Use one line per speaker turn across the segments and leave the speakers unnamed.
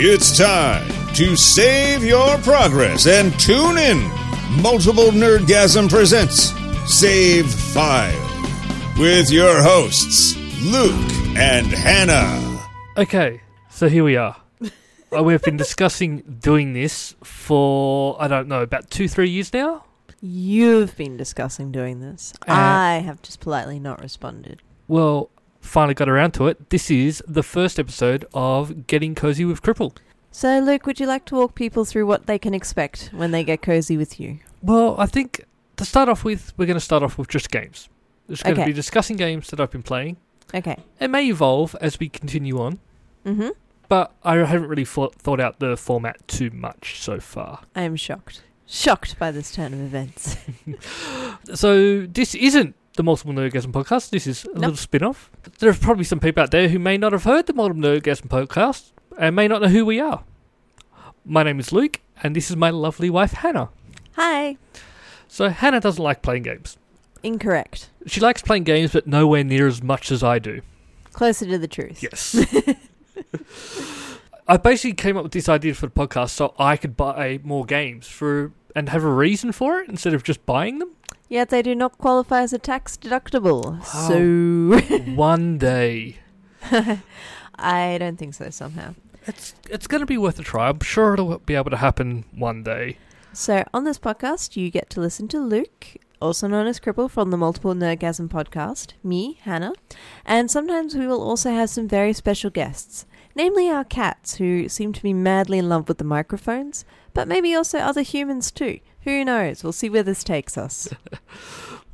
It's time to save your progress and tune in. Multiple Nerdgasm presents Save File with your hosts, Luke and Hannah.
Okay, so here we are. Uh, We've been discussing doing this for, I don't know, about two, three years now?
You've been discussing doing this.
Uh,
I have just politely not responded.
Well, finally got around to it. This is the first episode of Getting Cozy with Cripple.
So, Luke, would you like to walk people through what they can expect when they get cozy with you?
Well, I think to start off with, we're going to start off with just games. Just going to
Okay.
be discussing games that I've been playing.
Okay.
It may evolve as we continue on,
Mm-hmm.
but I haven't really thought, thought out the format too much so far.
I am shocked. Shocked by this turn of events.
So this isn't the Multiple Nerdgasm podcast. This is a little spin-off. There are probably some people out there who may not have heard the Multiple Nerdgasm podcast and may not know who we are. My name is Luke, and this is my lovely wife Hannah.
Hi.
So Hannah doesn't like playing games.
Incorrect.
She likes playing games, but nowhere near as much as I do.
Closer to the truth.
Yes. I basically came up with this idea for the podcast so I could buy more games for and have a reason for it instead of just buying them.
Yet they do not qualify as a tax deductible. So,
One day.
I don't think so somehow.
It's it's going to be worth a try. I'm sure it'll be able to happen one day.
So, on this podcast, you get to listen to Luke, also known as Cripple from the Multiple Nerdgasm podcast, me, Hannah, and sometimes we will also have some very special guests, namely our cats, who seem to be madly in love with the microphones, but maybe also other humans too. Who knows? We'll see where this takes us.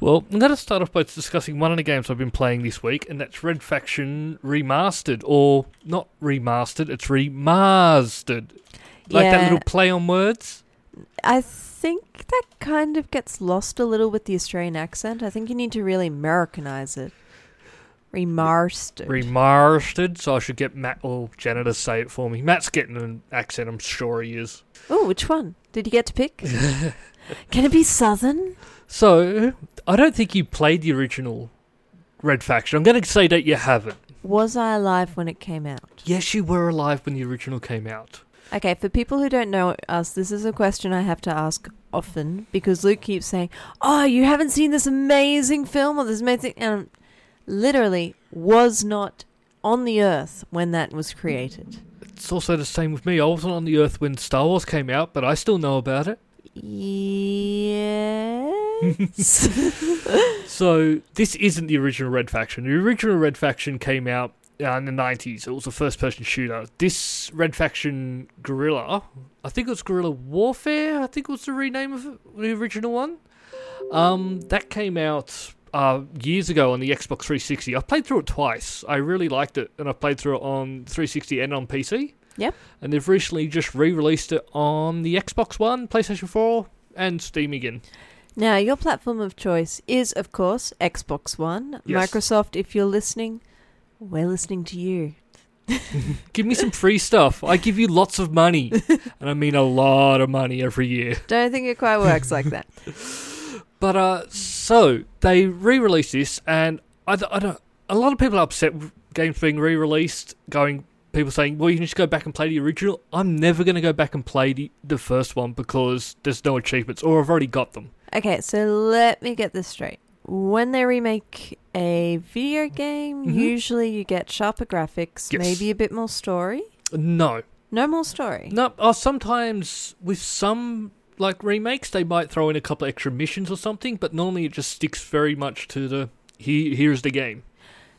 Well, I'm going to start off by discussing one of the games I've been playing this week, and that's Red Faction Remastered, or not remastered, it's remastered. Like that
Yeah.
little play on words.
I think that kind of gets lost a little with the Australian accent. I think you need to really Americanize it. Remastered.
Remastered, so I should get Matt or Jenna to say it for me. Matt's getting an accent, I'm sure he is.
oh, which one? Did you get to pick? Can it be Southern?
So, I don't think you played the original Red Faction. I'm going to say that you haven't.
Was I alive when it came out?
Yes, you were alive when the original came out.
Okay, for people who don't know us, this is a question I have to ask often because Luke keeps saying, "Oh, you haven't seen this amazing film or this amazing," and literally was not on the earth when that was created.
It's also the same with me. I wasn't on the Earth when Star Wars came out, but I still know about it.
Yes.
So this isn't the original Red Faction. The original Red Faction came out uh, in the nineties. It was a first-person shooter. This Red Faction Guerrilla, I think it was Guerrilla Warfare. I think was the rename of it, the original one. Um, that came out uh, years ago on the Xbox 360. I played through it twice. I really liked it, and I played through it on 360 and on PC.
Yep.
And they've recently just re-released it on the Xbox One, PlayStation 4, and Steam again.
now, your platform of choice is, of course, Xbox One.
Yes.
Microsoft, if you're listening, we're listening to you.
Give me some free stuff. I give you lots of money. And I mean a lot of money every year.
Don't think it quite works like that.
But, uh, so they re released this, and I, d- I don't. A lot of people are upset with games being re released, going, people saying, well, you can just go back and play the original. I'm never going to go back and play the, the first one because there's no achievements, or I've already got them.
Okay, so let me get this straight. When they remake a video game,
Mhm.
usually you get sharper graphics,
Yes.
maybe a bit more story.
No.
No more story.
No, oh, sometimes with some like remakes, they might throw in a couple extra missions or something, but normally it just sticks very much to the here, here's the game.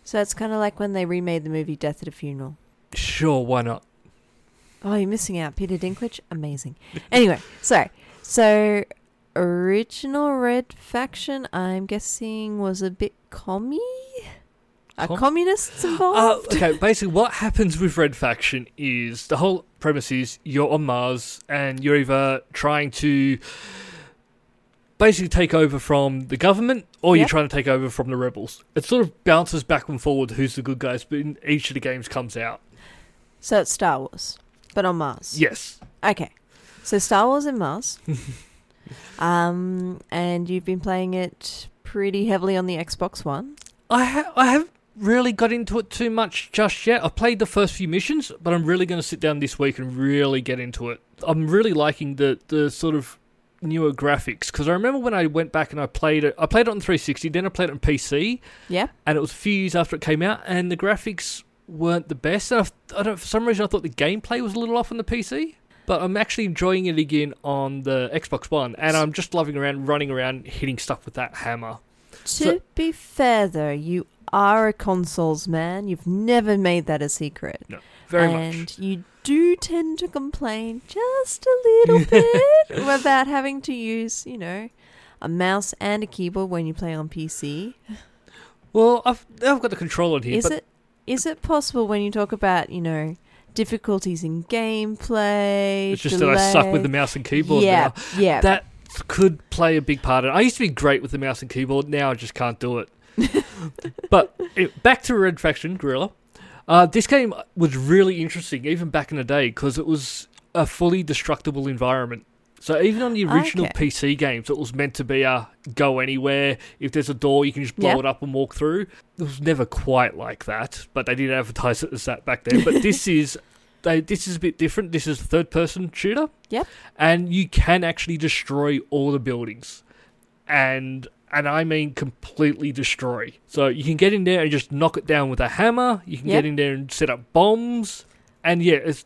So it's kind of like when they remade the movie Death at a Funeral.
Sure, why not?
Oh, you're missing out. Peter Dinklage, amazing. anyway, so so original Red Faction, I'm guessing was a bit commie. Are
Com-
communists
Uh,
involved?
okay, basically, what happens with Red Faction is the whole premise is you're on Mars and you're either trying to basically take over from the government or you're
Yep.
trying to take over from the rebels. It sort of bounces back and forward who's the good guys, but in each of the games comes out.
so it's Star Wars, but on Mars.
Yes.
Okay. So Star Wars and Mars. um, and you've been playing it pretty heavily on the Xbox One.
I ha- I have really got into it too much just yet. I played the first few missions, but I'm really going to sit down this week and really get into it. I'm really liking the the sort of newer graphics because I remember when I went back and I played it. I played it on 360, then I played it on PC,
Yeah.
and it was a few years after it came out, and the graphics weren't the best. And I, I don't for some reason I thought the gameplay was a little off on the PC. But I'm actually enjoying it again on the Xbox One, and I'm just loving around, running around, hitting stuff with that hammer.
To
So-
be fair, though, you are a consoles man. You've never made that a secret.
No, very
and
much.
you do tend to complain just a little bit about having to use, you know, a mouse and a keyboard when you play on PC.
Well, I've I've got the controller here,
is
but
it is it possible when you talk about, you know, difficulties in gameplay?
It's just that I suck with the
delay-
mouse and keyboard
Yeah, yeah.
now. That could play a big part in it. I used to be great with the mouse and keyboard. Now I just can't do it. but it, back to Red Faction Gorilla. Uh, this game was really interesting, even back in the day, because it was a fully destructible environment. So even on the original
Okay.
PC games, it was meant to be a go anywhere. If there's a door, you can just blow
Yeah.
it up and walk through. It was never quite like that, but they didn't advertise it as that back then. But this is they, this is a bit different. This is a third person shooter.
Yep.
And you can actually destroy all the buildings. And and I mean completely destroy. So you can get in there and just knock it down with a hammer. You can
Yep.
get in there and set up bombs. And yeah, it's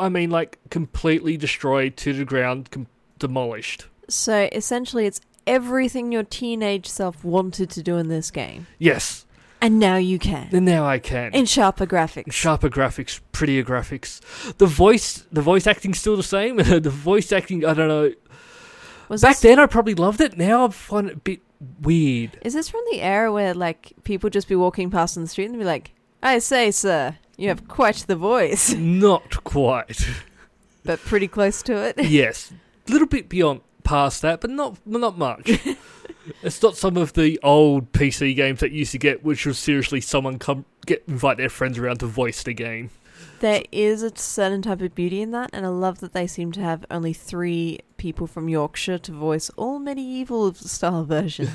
I mean like completely destroyed to the ground, com- demolished.
So essentially, it's everything your teenage self wanted to do in this game,
Yes.
and now you can
Then now I can.
in sharper graphics.
sharper graphics, prettier graphics. The voice, the voice acting's still the same. the voice acting, I don't know.
Was
Back
this,
then, I probably loved it. Now I find it a bit weird.
is this from the era where like people just be walking past on the street and be like, "I say, sir, you have quite the voice,"
Not quite.
but pretty close to it?
yes, a little bit beyond past that, but not not much. it's not some of the old PC games that you used to get, which was seriously someone come get invite their friends around to voice the game.
There is a certain type of beauty in that, and I love that they seem to have only three people from Yorkshire to voice all medieval style versions.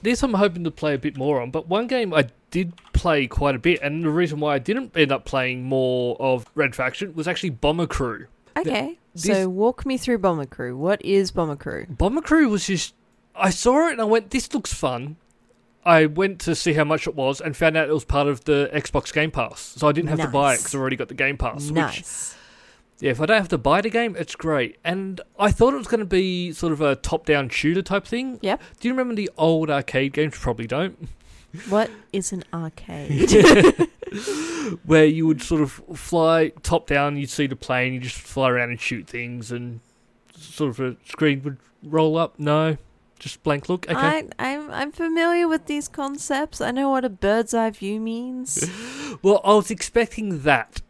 This I'm hoping to play a bit more on, but one game I did play quite a bit, and the reason why I didn't end up playing more of Red Faction was actually Bomber Crew.
Okay,
this-
so walk me through Bomber Crew. What is Bomber Crew?
Bomber Crew was just. I saw it and I went, this looks fun. I went to see how much it was and found out it was part of the Xbox Game Pass. So I didn't have to buy it
Nice.
because I already got the Game Pass. Which,
nice.
yeah, if I don't have to buy the game, it's great. And I thought it was going to be sort of a top down shooter type thing.
Yep.
Do you remember the old arcade games? Probably don't.
What is an arcade?
Where you would sort of fly top down, you'd see the plane, you just fly around and shoot things, and sort of a screen would roll up. No. Just blank look. Okay.
I, I'm I'm familiar with these concepts. I know what a bird's eye view means,
Well, I was expecting that.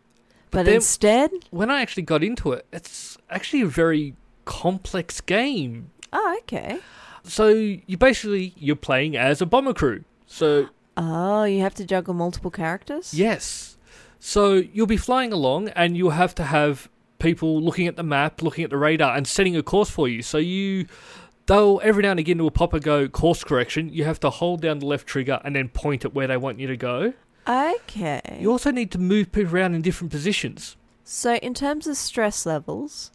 but
then-
instead,
when I actually got into it, it's actually a very complex game.
oh okay.
So you basically you're playing as a bomber crew. So
Oh, you have to juggle multiple characters.
yes. So you'll be flying along and you'll have to have people looking at the map, looking at the radar and setting a course for you. So you they'll every now and again will pop a go course correction. You have to hold down the left trigger and then point at where they want you to go.
Okay.
You also need to move people around in different positions.
So in terms of stress levels,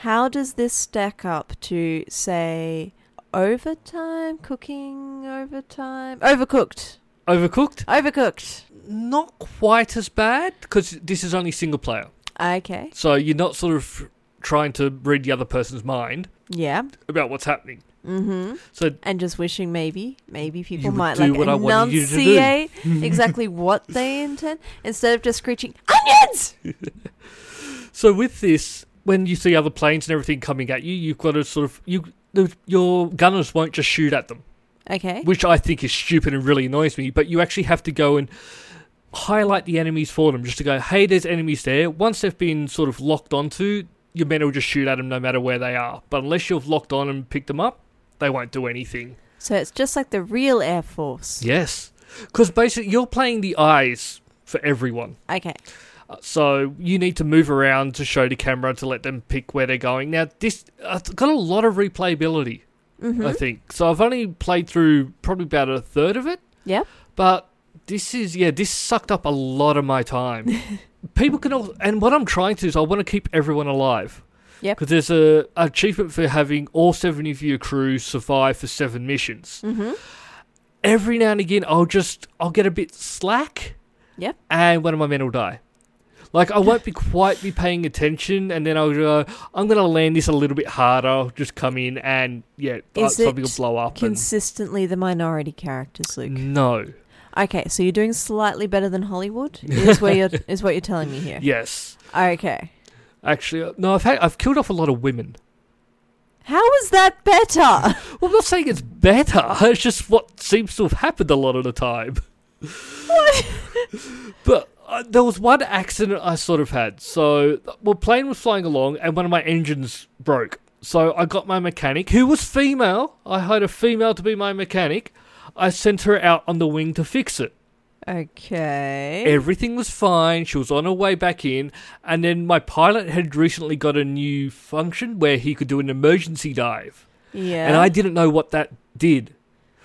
how does this stack up to say overtime, cooking overtime, overcooked,
Overcooked?
overcooked?
Not quite as bad because this is only single player.
Okay.
So you're not sort of trying to read the other person's mind
Yeah.
about what's happening.
Mm-hmm.
So
and just wishing maybe maybe people
would
might
do
like
what I wanted you to do.
enunciate exactly what they intend instead of just screeching onions.
so with this, when you see other planes and everything coming at you, you've got to sort of you the, your gunners won't just shoot at them,
Okay.
which I think is stupid and really annoys me. But you actually have to go and highlight the enemies for them, just to go, hey, there's enemies there. Once they've been sort of locked onto, your men will just shoot at them no matter where they are. But unless you've locked on and picked them up, they won't do anything.
So it's just like the real Air Force.
Yes, because basically you're playing the eyes for everyone.
Okay.
Uh, So you need to move around to show the camera to let them pick where they're going. Now this uh, it's got a lot of replayability,
Mm-hmm.
I think. So I've only played through probably about a third of it,
Yep.
but This is yeah. This sucked up a lot of my time. People can all, and what I'm trying to do is I want to keep everyone alive.
Yep.
Because there's a achievement for having all seven of your crew survive for seven missions.
Mm-hmm.
Every now and again, I'll just I'll get a bit slack.
Yep.
And one of my men will die. Like I won't be quite be paying attention, and then I'll go. I'm gonna land this a little bit harder. I'll just come in and yeah, like,
Is
something
it
will blow up. and-
Consistently the minority characters, Luke.
no.
Okay, so you're doing slightly better than Hollywood. Is where you're is what you're telling me here.
Yes.
Okay.
Actually, uh, no. I've had, I've killed off a lot of women.
How is that better?
Well, I'm not saying it's better. It's just what seems to have happened a lot of the time. but uh, there was one accident I sort of had. So, well, plane was flying along, and one of my engines broke. So I got my mechanic, who was female. I hired a female to be my mechanic. I sent her out on the wing to fix it.
Okay.
Everything was fine. She was on her way back in, and then my pilot had recently got a new function where he could do an emergency dive,
Yeah.
and I didn't know what that did.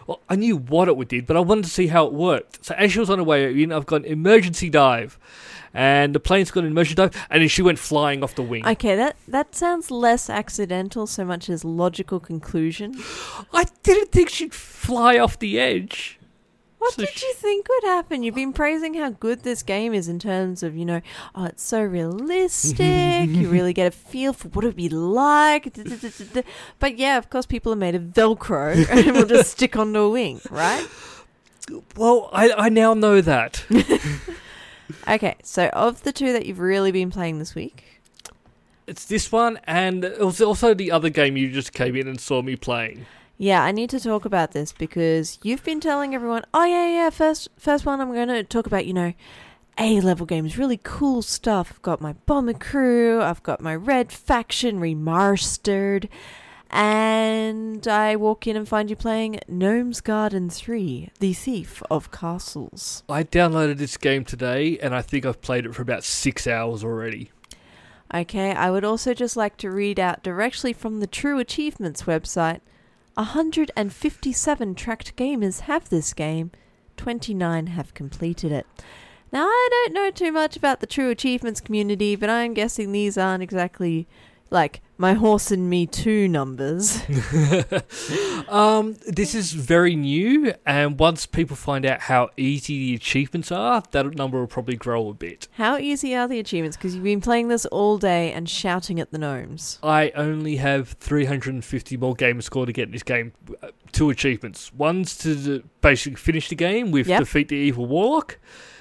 Well, I knew what it would did, but I wanted to see how it worked. So as she was on her way in, I've got an emergency dive, and the plane's got an emergency dive, and then she went flying off the wing. I,
Okay, that that sounds less accidental so much as logical conclusion.
didn't think she'd fly off the edge.
What
So
did
she-
you think would happen? You've been praising how good this game is in terms of, you know, oh, it's so realistic. you really get a feel for what it would be like. da, da, da, da, da. But yeah, of course, people are made of Velcro and will just stick onto a wing, right?
Well, I, I now know that.
Okay, so of the two that you've really been playing this week,
it's this one, and it was also the other game you just came in and saw me playing.
Yeah, I need to talk about this because you've been telling everyone, "Oh yeah, yeah, first first one I'm going to talk about, you know, A level games, really cool stuff. I've got my bomber crew, I've got my red faction remastered." And I walk in and find you playing Gnome's Garden 3, The Thief of Castles.
I downloaded this game today, and I think I've played it for about six hours already.
Okay, I would also just like to read out directly from the True Achievements website 157 tracked gamers have this game, 29 have completed it. Now, I don't know too much about the True Achievements community, but I'm guessing these aren't exactly like my horse and me too numbers.
um, this is very new, and once people find out how easy the achievements are, that number will probably grow a bit.
How easy are the achievements? Because you've been playing this all day and shouting at the gnomes.
I only have 350 more gamer score to get in this game. Uh, Two achievements. One's to d- basically finish the game with
Yep.
Defeat the Evil Warlock.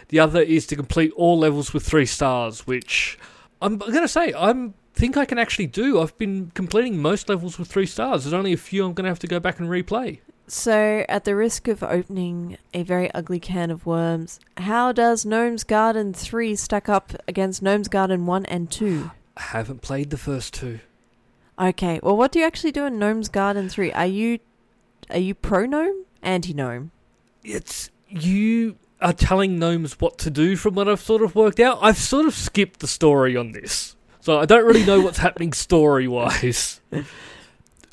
The other is to complete all levels with three stars, which I'm going to say I think I can actually do. I've been completing most levels with three stars. There's only a few I'm going to have to go back and replay.
So, at the risk of opening a very ugly can of worms, how does Gnome's Garden 3 stack up against Gnome's Garden 1 and 2?
I haven't played the first two.
Okay, well what do you actually do in Gnome's Garden 3? Are you are you pro gnome? Anti gnome.
It's you are telling gnomes what to do from what I've sort of worked out. I've sort of skipped the story on this. So I don't really know what's happening story wise.
But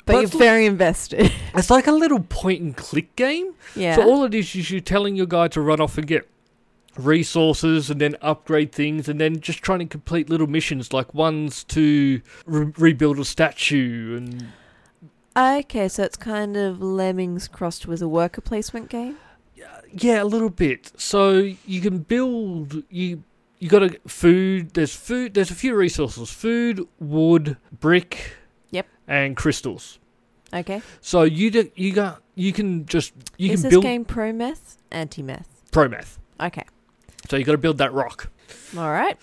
But
you're
it's like-
very invested.
It's like a little point and click game.
yeah.
So all it is is you're telling your guy to run off and get resources and then upgrade things and then just trying to complete little missions like ones to re- rebuild a statue and
okay, so it's kind of lemmings crossed with a worker placement game.
yeah, a little bit. So you can build you you got to food, there's food, there's a few resources, food, wood, brick,
Yep.
and crystals.
Okay.
So you do, you got you can just you
is
can
this
build
game pro meth? Anti meth.
promath.
Okay.
So you got to build that rock.
Alright.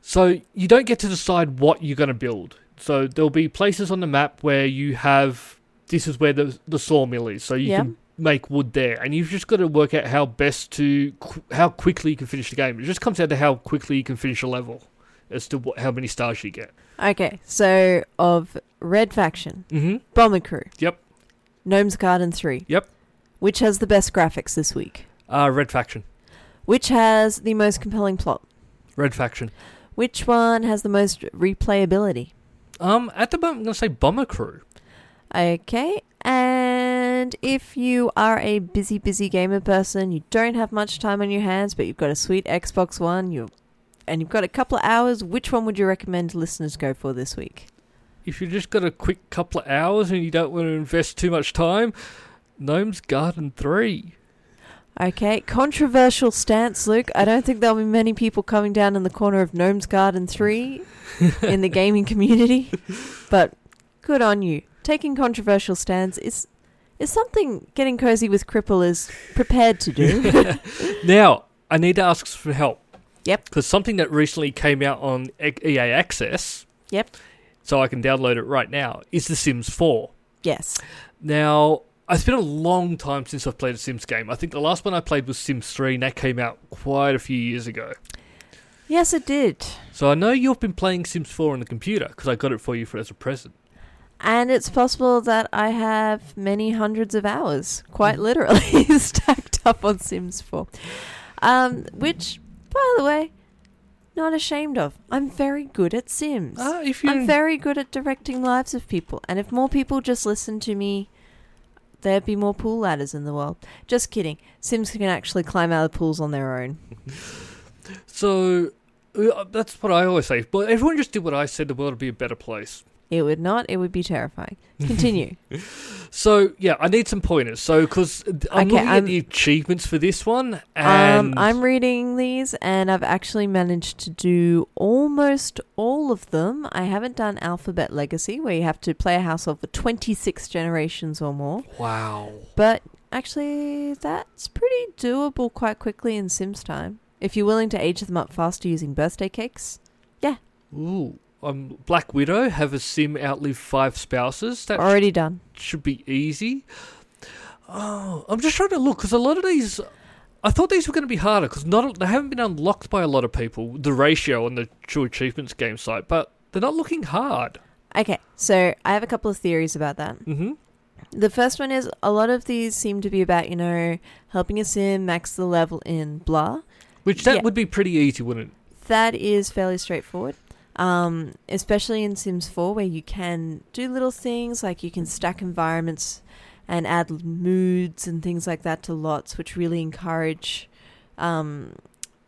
So you don't get to decide what you're going to build. So there'll be places on the map where you have this is where the the sawmill is. So you
Yeah.
can make wood there, and you've just got to work out how best to qu- how quickly you can finish the game. It just comes down to how quickly you can finish a level as to what, how many stars you get.
Okay. So of Red Faction,
Mm-hmm.
Bomber Crew.
Yep.
Gnome's Garden 3.
Yep.
Which has the best graphics this week?
Uh, red faction.
Which has the most compelling plot?
Red faction.
Which one has the most replayability?
Um, at the moment, I'm going to say bomber crew.
Okay. And And if you are a busy, busy gamer person, you don't have much time on your hands, but you've got a sweet Xbox One, you and you've got a couple of hours, which one would you recommend listeners go for this week?
If you've just got a quick couple of hours and you don't want to invest too much time, Gnome's Garden 3.
Okay, controversial stance, Luke. I don't think there'll be many people coming down in the corner of Gnome's Garden 3 in the gaming community, but good on you. Taking controversial stands is is something getting cozy with Cripple is prepared to do.
Now, I need to ask for help.
Yep.
Because something that recently came out on E- EA Access,
yep.
so I can download it right now, is The Sims 4.
Yes.
Now, it's been a long time since I've played a Sims game. I think the last one I played was Sims 3, and that came out quite a few years ago.
Yes, it did.
So I know you've been playing Sims 4 on the computer because I got it for you for, as a present.
And it's possible that I have many hundreds of hours, quite literally, stacked up on Sims 4. Um, which, by the way, not ashamed of. I'm very good at Sims.
Ah, if you
I'm very good at directing lives of people. And if more people just listened to me, there'd be more pool ladders in the world. Just kidding. Sims can actually climb out of pools on their own.
so uh, that's what I always say. But everyone just did what I said, the world would be a better place.
It would not, it would be terrifying. Continue.
So yeah, I need some pointers. So because I'm
Okay,
looking
I'm-
at the achievements for this one, and
Um, I'm reading these, and I've actually managed to do almost all of them. I haven't done Alphabet Legacy, where you have to play a household for 26 generations or more,
wow.
but actually, that's pretty doable quite quickly in Sims time. If you're willing to age them up faster using birthday cakes,
Ooh, um, Black Widow have a sim outlive five spouses. That
already done.
should be easy. Oh, I'm just trying to look because a lot of these, I thought these were going to be harder because not they haven't been unlocked by a lot of people. The ratio on the True Achievements game site, but they're not looking hard.
Okay, so I have a couple of theories about that.
hmm
The first one is a lot of these seem to be about, you know, helping a sim max the level in blah.
Which that
Yeah.
would be pretty easy, wouldn't it?
That is fairly straightforward, um, especially in Sims 4, where you can do little things like you can stack environments and add l- moods and things like that to lots, which really encourage. Um,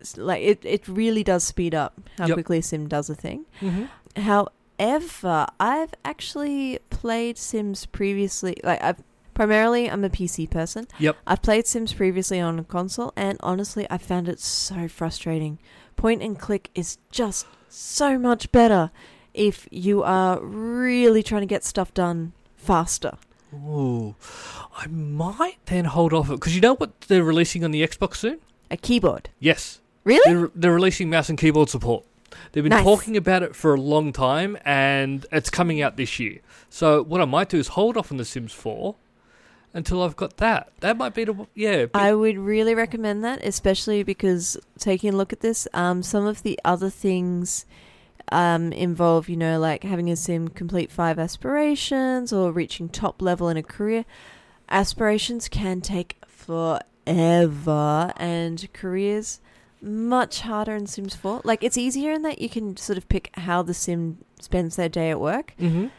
s- like it, it really does speed up how
Yep.
quickly a sim does a thing.
Mm-hmm.
However, I've actually played Sims previously. Like I've primarily, I'm a PC person.
Yep.
I've played Sims previously on a console, and honestly, I found it so frustrating. Point and click is just so much better if you are really trying to get stuff done faster.
Ooh, I might then hold off it because you know what they're releasing on the Xbox soon.
A keyboard,
Yes,
really?
they're, they're releasing mouse and keyboard support. They've been
Nice.
talking about it for a long time, and it's coming out this year. So what I might do is hold off on The Sims 4 until I've got that. That might be the yeah. be-
I would really recommend that, especially because taking a look at this, um, some of the other things um, involve, you know, like having a sim complete five aspirations or reaching top level in a career. Aspirations can take forever, and careers much harder in Sims 4. Like, it's easier in that you can sort of pick how the sim spends their day at work.
Mhm.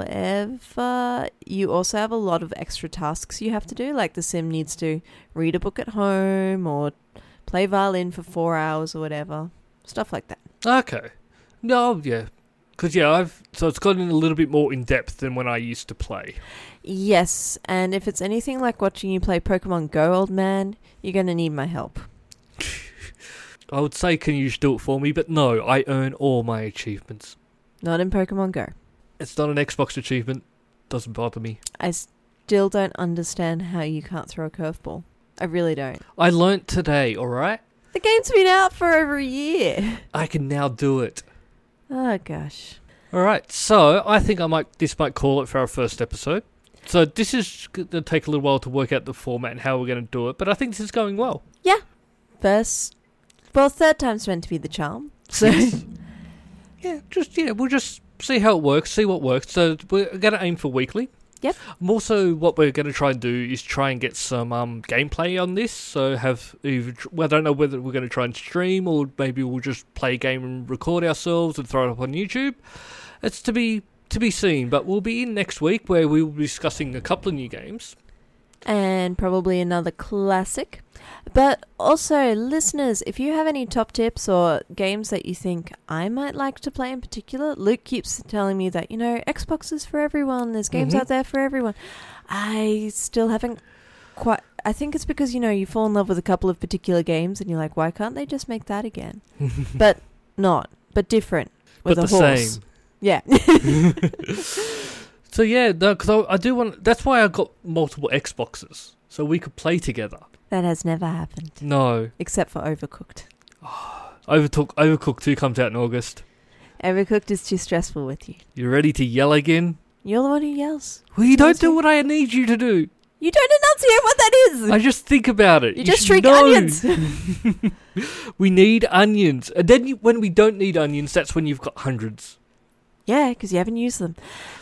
However, you also have a lot of extra tasks you have to do. Like the sim needs to read a book at home or play violin for four hours or whatever. Stuff like that.
Okay. No, yeah. Because yeah, I've so it's gotten a little bit more in depth than when I used to play.
Yes, and if it's anything like watching you play Pokemon Go, old man, you're going to need my help.
I would say, can you just do it for me? But no, I earn all my achievements.
Not in Pokemon Go.
It's not an Xbox achievement. Doesn't bother me.
I still don't understand how you can't throw a curveball. I really don't.
I learnt today. All right,
The game's been out for over a year.
I can now do it.
Oh, gosh.
All right, so I think I might this might call it for our first episode. So this is going to take a little while to work out the format and how we're going to do it, but I think this is going well.
First, well, third time's meant to be the charm. So.
yeah, just yeah, we'll just see how it works, see what works. So we're going to aim for weekly.
Yep.
Um, Also, what we're going to try and do is try and get some um, gameplay on this. So have either tr- well, I don't know whether we're going to try and stream or maybe we'll just play a game and record ourselves and throw it up on YouTube. It's to be to be seen, but we'll be in next week where we will be discussing a couple of new games.
and probably another classic. But also, listeners, if you have any top tips or games that you think I might like to play in particular, Luke keeps telling me that, you know, Xbox is for everyone, there's games
Mhm.
out there for everyone. I still haven't quite. I think it's because, you know, you fall in love with a couple of particular games and you're like, why can't they just make that again? but not, but different. With
but
a
the
horse.
same.
Yeah.
So yeah, no, because I, I do want. That's why I got multiple Xboxes so we could play together.
that has never happened,
No,
except for Overcooked.
Overtook, Overcooked Two comes out in August.
Overcooked is too stressful with you.
You ready to yell again?
You're the one who yells.
Well, you don't
Sounds
do
good.
what I need you to do.
You don't enunciate what that is.
I just think about it.
you just
should
shriek
know.
onions.
We need onions, and then you, when we don't need onions, that's when you've got hundreds.
yeah, because you haven't used them.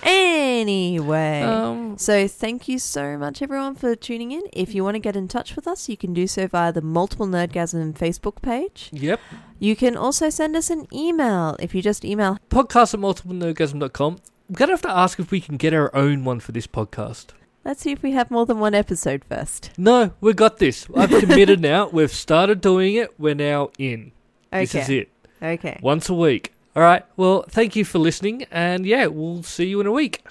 Anyway.
Um,
so thank you so much everyone for tuning in. If you want to get in touch with us, you can do so via the Multiple Nerdgasm Facebook page.
yep.
You can also send us an email. If you just email
Podcast at multiplenergasm.com. We're gonna have to ask if we can get our own one for this podcast.
Let's see if we have more than one episode first.
No, we got this. I've committed now. We've started doing it. We're now in.
Okay.
This is it.
Okay.
Once a week. All right. Well, thank you for listening. And yeah, we'll see you in a week.